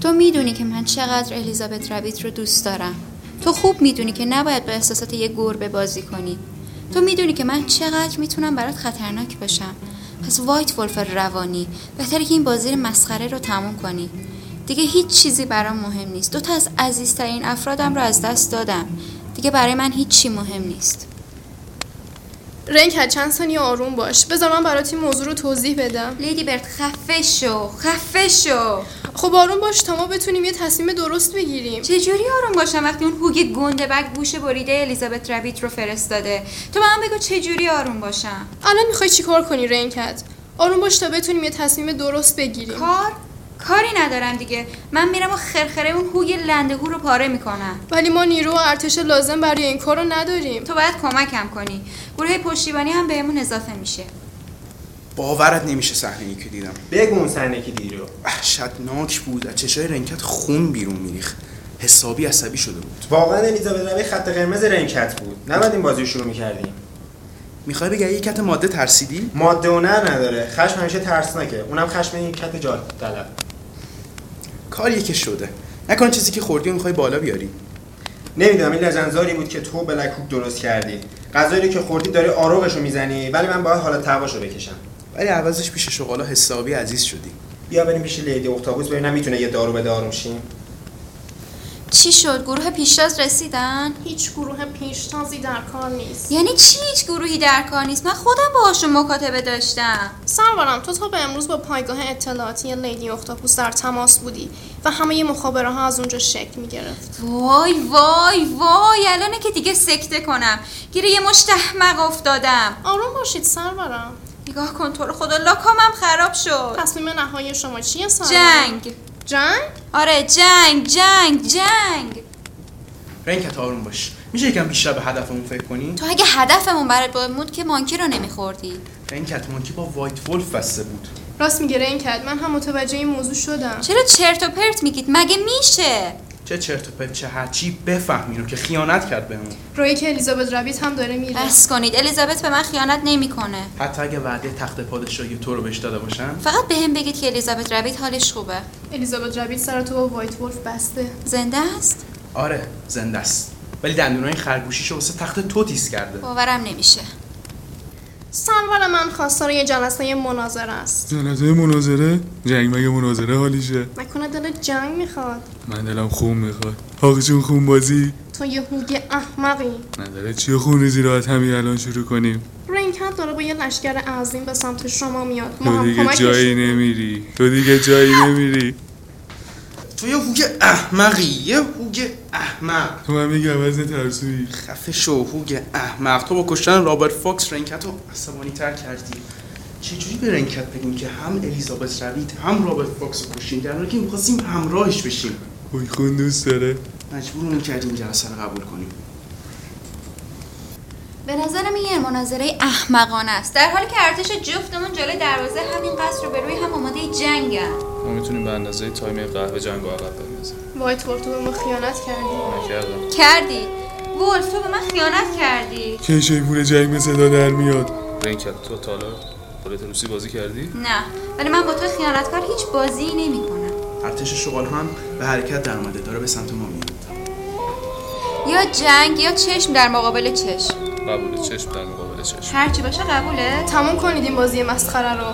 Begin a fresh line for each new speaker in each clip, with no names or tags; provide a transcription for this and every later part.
تو میدونی که من چقدر الیزابت رابیت رو دوست دارم تو خوب میدونی که نباید با احساسات یه گربه بازی کنی تو میدونی که من چقدر میتونم برات خطرناک باشم پس وایت ولف روانی بهتره که این بازی مسخره رو تموم کنی دیگه هیچ چیزی برام مهم نیست دو تا از عزیزترین افرادم رو از دست دادم دیگه برای من هیچی مهم نیست
رنگ هر چند ثانیه آروم باش بذار من برات این موضوع رو توضیح بدم
لیدی برد خفه شو خفه شو
خب آروم باش تا ما بتونیم یه تصمیم درست بگیریم
چجوری آروم باشم وقتی اون هوگ گنده بگ گوش بریده الیزابت رابیت رو فرستاده تو به من بگو چجوری آروم باشم
الان میخوای چیکار کنی رنکت آروم باش تا بتونیم یه تصمیم درست بگیریم
کار کاری ندارم دیگه من میرم و خرخره اون هوگ لندهو رو پاره میکنم
ولی ما نیرو و ارتش لازم برای این کار رو نداریم
تو باید کمکم کنی گروه پشتیبانی هم بهمون اضافه میشه
باورت نمیشه صحنه که دیدم
بگو اون صحنه که دیدی رو
وحشتناک بود از چشای رنکت خون بیرون میریخت حسابی عصبی شده بود
واقعا الیزابت روی خط قرمز رنکت بود نباید این بازی رو شروع میکردیم
میخوای بگی یه کت ماده ترسیدی
ماده و نه نداره خشم همیشه ترسناکه اونم خشم این کت جال طلب
کاریه که شده نکن چیزی که خوردی و میخوای بالا بیاری
نمیدونم این لجنزاری بود که تو بلک هوک درست کردی غذایی رو که خوردی داری آروغش رو میزنی ولی من باید حالا تواش رو بکشم
ولی عوضش پیش شغالا حسابی عزیز شدی
بیا بریم پیش لیدی اختاپوس ببینم میتونه یه دارو به دارم شیم
چی شد گروه پیشتاز رسیدن
هیچ گروه پیشتازی در کار نیست
یعنی چی هیچ گروهی در کار نیست من خودم باهاشون مکاتبه داشتم
سرورم تو تا به امروز با پایگاه اطلاعاتی لیدی اختاپوس در تماس بودی و همه مخابره ها از اونجا شکل میگرفت
وای وای وای الانه که دیگه سکته کنم گیره یه مشت احمق افتادم
آروم باشید سرورم
نگاه کن تو رو خدا لاکامم خراب شد
تصمیم نهایی شما چیه سرورم
جنگ
جنگ
آره جنگ جنگ جنگ
رنکت آروم باش میشه یکم بیشتر به هدفمون فکر کنی
تو اگه هدفمون برات مهم بود که مانکی رو نمیخوردی
رنکت مونکی با وایت ولف بسته بود
راست میگه رنکت من هم متوجه این موضوع شدم
چرا چرت و پرت میگید مگه میشه
چه چرت و پرت چه هرچی بفهمین رو که خیانت کرد بهمون
روی که الیزابت رابیت هم داره میره
بس کنید الیزابت به من خیانت نمیکنه
حتی اگه وعده تخت پادشاهی تو رو بهش داده باشن
فقط به هم بگید که الیزابت رابیت حالش خوبه
الیزابت رابیت سر تو با وایت ولف بسته
زنده است
آره زنده است ولی دندونای خرگوشیشو واسه تخت تو تیز کرده
باورم نمیشه
سرور من خواستار یه جلسه مناظره است
جلسه مناظره جنگ مگه مناظره حالیشه
نکنه دل جنگ میخواد
من دلم خون میخواد حاق جون خون بازی
تو یه هوگ احمقی
نداره چیه خون ریزی رو از همین الان شروع کنیم
رینکت داره با یه لشکر عظیم به سمت شما میاد ما
تو
هم
دیگه
کمکش
جایی نمیری تو دیگه جایی نمیری
تو یه هوگ احمقی یه هوگ احمق
تو من میگم از ترسویی
خفه شو هوگ احمق تو با کشتن رابرت فاکس رنکت رو عصبانی تر کردی چجوری به رنکت بگیم که هم الیزابت روید هم رابرت فاکس رو کشتین در حالی که میخواستیم همراهش بشیم
اوی خون دوست داره
مجبورمون کردیم جلسه رو قبول کنیم
به نظرم این یه مناظره احمقانه است در حالی که ارتش جفتمون جلوی دروازه همین قصر رو به روی هم آماده جنگن
ما میتونیم به اندازه تایم قهوه جنگ و عقب بندازیم
وایت ولف تو به ما خیانت کردی
نکردم
کردی ولف تو به من خیانت کردی
که شیپور جنگ به صدا در میاد
رنکت تو تا حالا رولت روسی بازی کردی
نه ولی من با تو خیانتکار هیچ بازی نمیکنم
ارتش شغال هم به حرکت در اومده داره به سمت ما میاد
یا جنگ یا چشم در مقابل چشم
قبول چشم در مقابل چشم
هرچی باشه قبوله
تموم کنید این بازی مسخره رو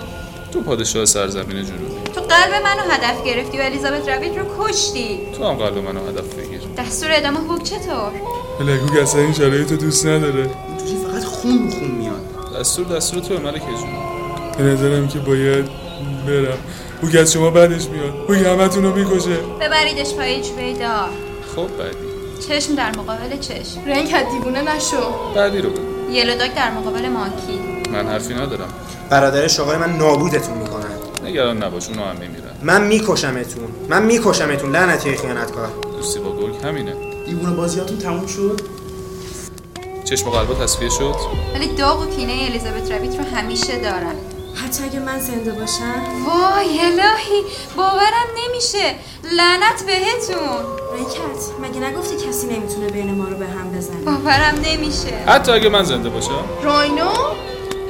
تو پادشاه سرزمین جنوبی
تو قلب منو هدف گرفتی و الیزابت رابیت رو کشتی
تو هم قلب منو هدف بگیر
دستور ادامه هوک چطور
بلکوک اصلا این شرایط رو دوست نداره
اینجوری فقط خون به خون میاد
دستور دستور تو ملکه جون
به نظرم که باید برم او از شما بعدش میاد او همتون رو میکشه
ببریدش پای جویدار
خب بعدی
چشم در مقابل چشم
رنکت دیوونه نشو
بعدی رو بگو
یلو داگ در مقابل مانکی
من حرفی ندارم
برادر شغال من نابودتون میکنن
نگران نباش اونا هم میمیرن
من میکشمتون من میکشمتون لعنتی خیانتکار
دوستی با گرگ همینه
دیوونه بازیاتون تموم شد
چشم و قلبا تصفیه شد
ولی داغ و کینه الیزابت رابیت رو همیشه دارم
حتی اگه من زنده باشم
وای الهی باورم نمیشه لعنت بهتون
رکت مگه نگفتی کسی نمیتونه بین ما رو به هم بزنه
باورم نمیشه
حتی اگه من زنده باشم
راینو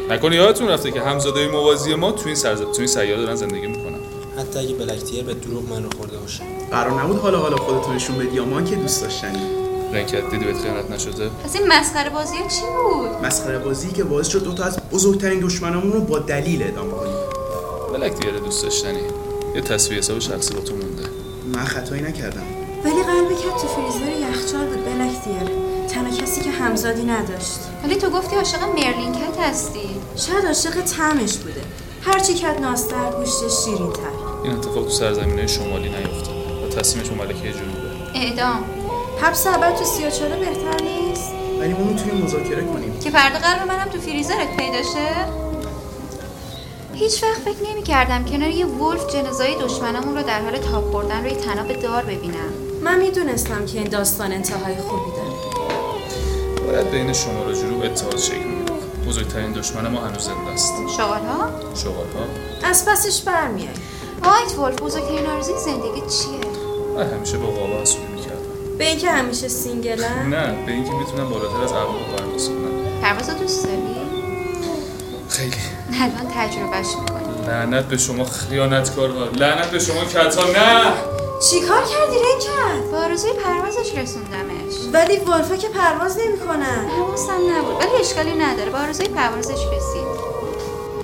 نکنه یادتون رفته که همزاده موازی ما تو این سرز... تو این سیاره دارن زندگی میکنن
حتی اگه بلکتیر به دروغ من رو خورده باشه
قرار نبود حالا حالا خودتو نشون بدی یا ما که دوست داشتنی
رنکت دیدی بهت خیانت نشده
پس این مسخره بازی ها چی بود
مسخره بازی که باعث شد دوتا از بزرگترین دشمنامون رو با دلیل اعدام کنیم
بلک دیگه دوست داشتنی یه تصویه حساب شخصی با تو مونده
من خطایی نکردم
ولی قلب کت تو فریزر یخچال بود بلکتیر تنها کسی که همزادی نداشت
ولی تو گفتی عاشق مرلین کت هستی
شاید عاشق طعمش بوده هرچی کت نازتر گوشتش شیرینتر
این اتفاق تو سرزمینه شمالی نیفته و تصمیمش با ملکه جنوبه
اعدام
حبس ابد تو سیاچاله بهتر نیست
ولی ما میتونیم مذاکره کنیم
که فردا قرار منم تو فریزرت پیدا شه هیچ وقت فکر نمی کردم کنار یه ولف جنازای دشمنمون رو در حال تاب خوردن روی تناب دار ببینم
من میدونستم که این داستان انتهای خوبی داره
باید بین شمال و جنوب اتحاد شکل میگرفت بزرگترین دشمن ما هنوز زنده است
شغال ها؟
شغالها
از پسش برمیای
وایت ولف بزرگترین آرزوی زندگی چیه؟
من همیشه با قابا حسودی میکردم
به اینکه همیشه سینگلن
نه به اینکه میتونم بالاتر از ارباب پرواز کنم
پرواز رو دوست داری؟
خیلی
الان تجربهش میکنی
لعنت به شما خیانتکارها لعنت به شما کتها نه
چیکار کردی رکت
با آرزوی پروازش رسوندمش
ولی ولفا که پرواز نمیکنن
حواسم نبود ولی اشکالی نداره با آرزوی پروازش رسید